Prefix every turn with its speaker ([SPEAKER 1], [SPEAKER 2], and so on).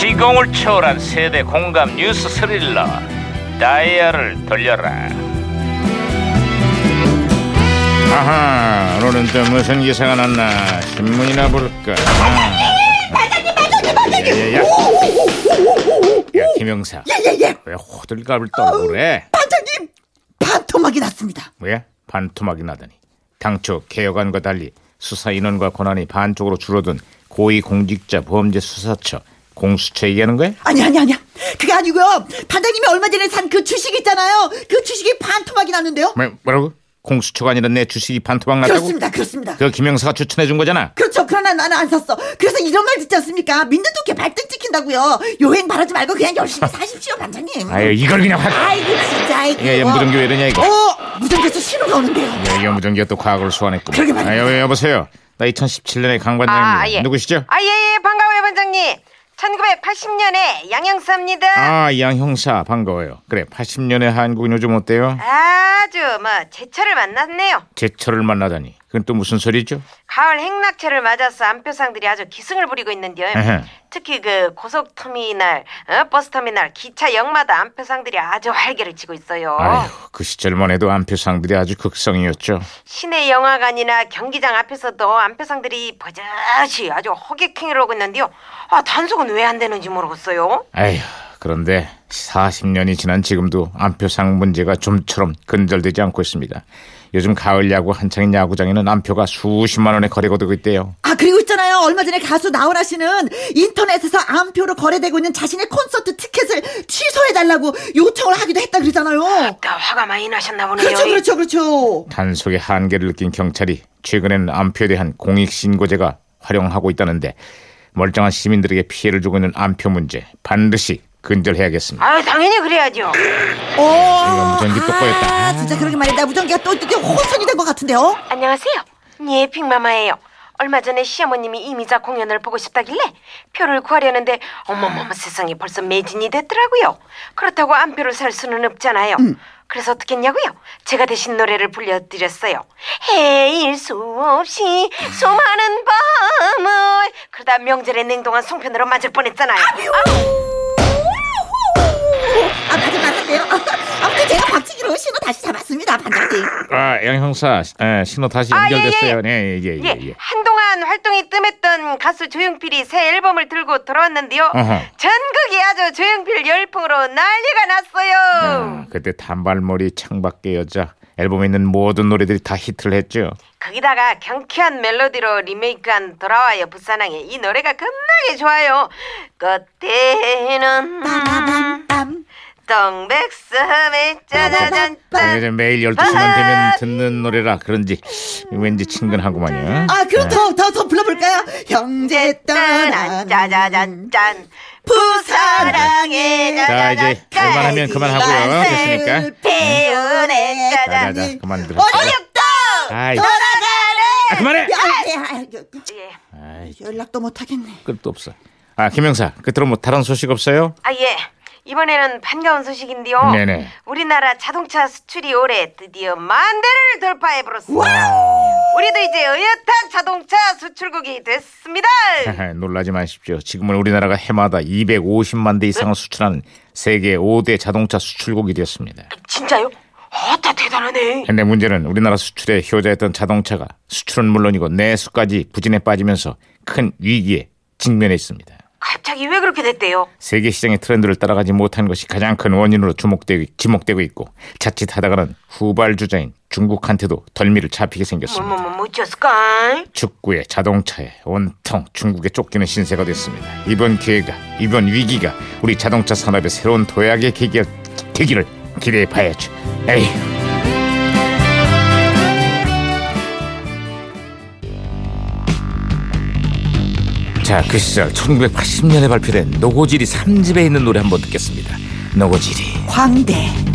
[SPEAKER 1] 시공을 초월한 세대 공감 뉴스 스릴러 다이아를 돌려라 아하 오늘은 또 무슨 기사가 났나 신문이나 볼까 반장님 반장님 반장님 야 김영사
[SPEAKER 2] 예예예
[SPEAKER 1] 왜 호들갑을 떨고 그래
[SPEAKER 2] 반장님 반토막이 났습니다
[SPEAKER 1] 왜 반토막이 나다니 당초 개혁안과 달리 수사 인원과 권한이 반쪽으로 줄어든 고위공직자 범죄 수사처 공수처 얘기하는 거야?
[SPEAKER 2] 아니 아니 아니야 그게 아니고요 반장님이 얼마 전에 산 그 주식 있잖아요 그 주식이 반토막이 났는데요
[SPEAKER 1] 뭐, 뭐라고? 공수처가 아니라 내 주식이 반토막 났다고?
[SPEAKER 2] 그렇습니다 그렇습니다
[SPEAKER 1] 그거 김영사가 추천해 준 거잖아.
[SPEAKER 2] 그렇죠 그러나 나는 안 샀어 그래서 이런 말 듣지 않습니까 민주 도께 발등 찍힌다고요 요행 바라지 말고 그냥 열심히 사십시오 반장님
[SPEAKER 1] 아유 이걸 그냥 확.
[SPEAKER 2] 아이고 진짜 아이고
[SPEAKER 1] 야, 야 무전기 왜 이러냐 이거. 예.
[SPEAKER 2] 어 무전기에서 신호가 오는데요
[SPEAKER 1] 야, 이거 무전기가 또 과거를 소환했구만.
[SPEAKER 2] 그러게 말이야.
[SPEAKER 1] 아유 여보세요. 나 2017년의 강 반장님.
[SPEAKER 3] 아, 예.
[SPEAKER 1] 네, 누구시죠?
[SPEAKER 3] 아, 예, 예, 반가워요, 반장님. 1980년에 양형사입니다.
[SPEAKER 1] 아 양 형사 반가워요. 그래 80년의 한국인 요즘 어때요?
[SPEAKER 3] 아. 주뭐 제철을 만났네요.
[SPEAKER 1] 제철을 만나다니. 그건 또 무슨 소리죠?
[SPEAKER 3] 가을 행락철을 맞아서 안표상들이 아주 기승을 부리고 있는데요.
[SPEAKER 1] 에헤.
[SPEAKER 3] 특히 그 고속터미널, 어, 버스터미널, 기차 역마다 안표상들이 아주 활개를 치고 있어요.
[SPEAKER 1] 아유 그 시절만 해도 안표상들이 아주 극성이었죠.
[SPEAKER 3] 시내 영화관이나 경기장 앞에서도 안표상들이 버젓이 아주 허객행위를 하고 있는데요. 아, 단속은 왜 안 되는지 모르겠어요.
[SPEAKER 1] 아휴 그런데 40년이 지난 지금도 안표상 문제가 좀처럼 근절되지 않고 있습니다. 요즘 가을 야구 한창인 야구장에는 안표가 수십만 원에 거래가 되고 있대요.
[SPEAKER 2] 아 그리고 있잖아요 얼마 전에 가수 나훈아 씨는 인터넷에서 암표로 거래되고 있는 자신의 콘서트 티켓을 취소해달라고 요청을 하기도 했다 그러잖아요
[SPEAKER 3] 아까 화가 많이 나셨나 보네요.
[SPEAKER 2] 그렇죠 그렇죠 그렇죠
[SPEAKER 1] 단속의 한계를 느낀 경찰이 최근에는 안표에 대한 공익신고제가 활용하고 있다는데 멀쩡한 시민들에게 피해를 주고 있는 안표 문제 반드시 근절해야겠습니다.
[SPEAKER 3] 아유 당연히 그래야죠.
[SPEAKER 2] 어.
[SPEAKER 1] 무전기 또 꺼였다.
[SPEAKER 2] 아, 진짜 그러게 말이다. 무전기가 또 드디어 혼선이 된 것 같은데요.
[SPEAKER 3] 안녕하세요. 예, 빅마마예요. 얼마 전에 시어머님이 이미자 공연을 보고 싶다길래 표를 구하려는데 어머머머 세상에 벌써 매진이 됐더라고요. 그렇다고 안 표를 살 수는 없잖아요. 그래서 어떻게 했냐고요? 제가 대신 노래를 불려드렸어요. 해일 수 없이 수많은 밤을 그러다 명절에 냉동한 송편으로 맞을 뻔했잖아요.
[SPEAKER 2] 아, 맞아, 맞았네요. 아무튼 제가 박치기로 신호 다시 잡았습니다, 반장님.
[SPEAKER 1] 아, 양 형사, 예, 신호 다시
[SPEAKER 3] 아, 예,
[SPEAKER 1] 연결됐어요. 예, 예, 예,
[SPEAKER 3] 예,
[SPEAKER 1] 예.
[SPEAKER 3] 한동안 활동이 뜸했던 가수 조용필이 새 앨범을 들고 돌아왔는데요.
[SPEAKER 1] 어허.
[SPEAKER 3] 전국이 아주 조용필 열풍으로 난리가 났어요.
[SPEAKER 1] 아, 그때 단발머리 창밖의 여자 앨범에 있는 모든 노래들이 다 히트를 했죠.
[SPEAKER 3] 거기다가 경쾌한 멜로디로 리메이크한 돌아와요 부산항에 이 노래가 겁나게 좋아요. 끝에는
[SPEAKER 2] 빠바밤밤.
[SPEAKER 3] 동백섬에 짜자잔
[SPEAKER 1] 아, 이게 이제 매일
[SPEAKER 2] 아,
[SPEAKER 1] 12시만 되면 듣는 노래라 그런지 왠지 친근하구만요.
[SPEAKER 2] 아, 그럼 더, 더, 더 불러볼까요? 형제 떠난
[SPEAKER 3] 짠 짜자잔 짠
[SPEAKER 2] 부사랑의
[SPEAKER 1] 자, 이제 그만하면 그만하고요. 됐으니까.
[SPEAKER 3] 배운의
[SPEAKER 1] 자, 자,
[SPEAKER 3] 짜잔
[SPEAKER 1] 자, 그만 들어.
[SPEAKER 2] 어렵다!
[SPEAKER 1] 아이,
[SPEAKER 2] 돌아가래!
[SPEAKER 1] 아, 그만해!
[SPEAKER 2] 야, 야, 야, 야,
[SPEAKER 3] 예.
[SPEAKER 1] 아이,
[SPEAKER 2] 연락도 못하겠네.
[SPEAKER 1] 끝도 없어. 아, 김영사, 끝으로 뭐 다른 소식 없어요?
[SPEAKER 3] 아 예. 이번에는 반가운 소식인데요.
[SPEAKER 1] 네네.
[SPEAKER 3] 우리나라 자동차 수출이 올해 드디어 만 대를 돌파해 버렸습니다. 우리도 이제 어엿한 자동차 수출국이 됐습니다.
[SPEAKER 2] 네.
[SPEAKER 1] 놀라지 마십시오. 지금은 우리나라가 해마다 250만 대 이상을 수출하는 세계 5대 자동차 수출국이 되었습니다.
[SPEAKER 3] 진짜요? 아따 대단하네.
[SPEAKER 1] 근데 문제는 우리나라 수출에 효자였던 자동차가 수출은 물론이고 내수까지 부진에 빠지면서 큰 위기에 직면해 있습니다.
[SPEAKER 3] 갑자기 왜 그렇게 됐대요?
[SPEAKER 1] 세계 시장의 트렌드를 따라가지 못한 것이 가장 큰 원인으로 주목되고, 지목되고 있고 자칫하다가는 후발주자인 중국한테도 덜미를 잡히게 생겼습니다.
[SPEAKER 3] 뭐뭐뭐 뭐였을까?
[SPEAKER 1] 축구에 자동차에 온통 중국에 쫓기는 신세가 됐습니다. 이번 기회가 이번 위기가 우리 자동차 산업의 새로운 도약의 계기, 계기를 기대해 봐야죠. 에이. 자, 그 시절 1980년에 발표된 노고지리 3집에 있는 노래 한번 듣겠습니다. 노고지리.
[SPEAKER 2] 광대.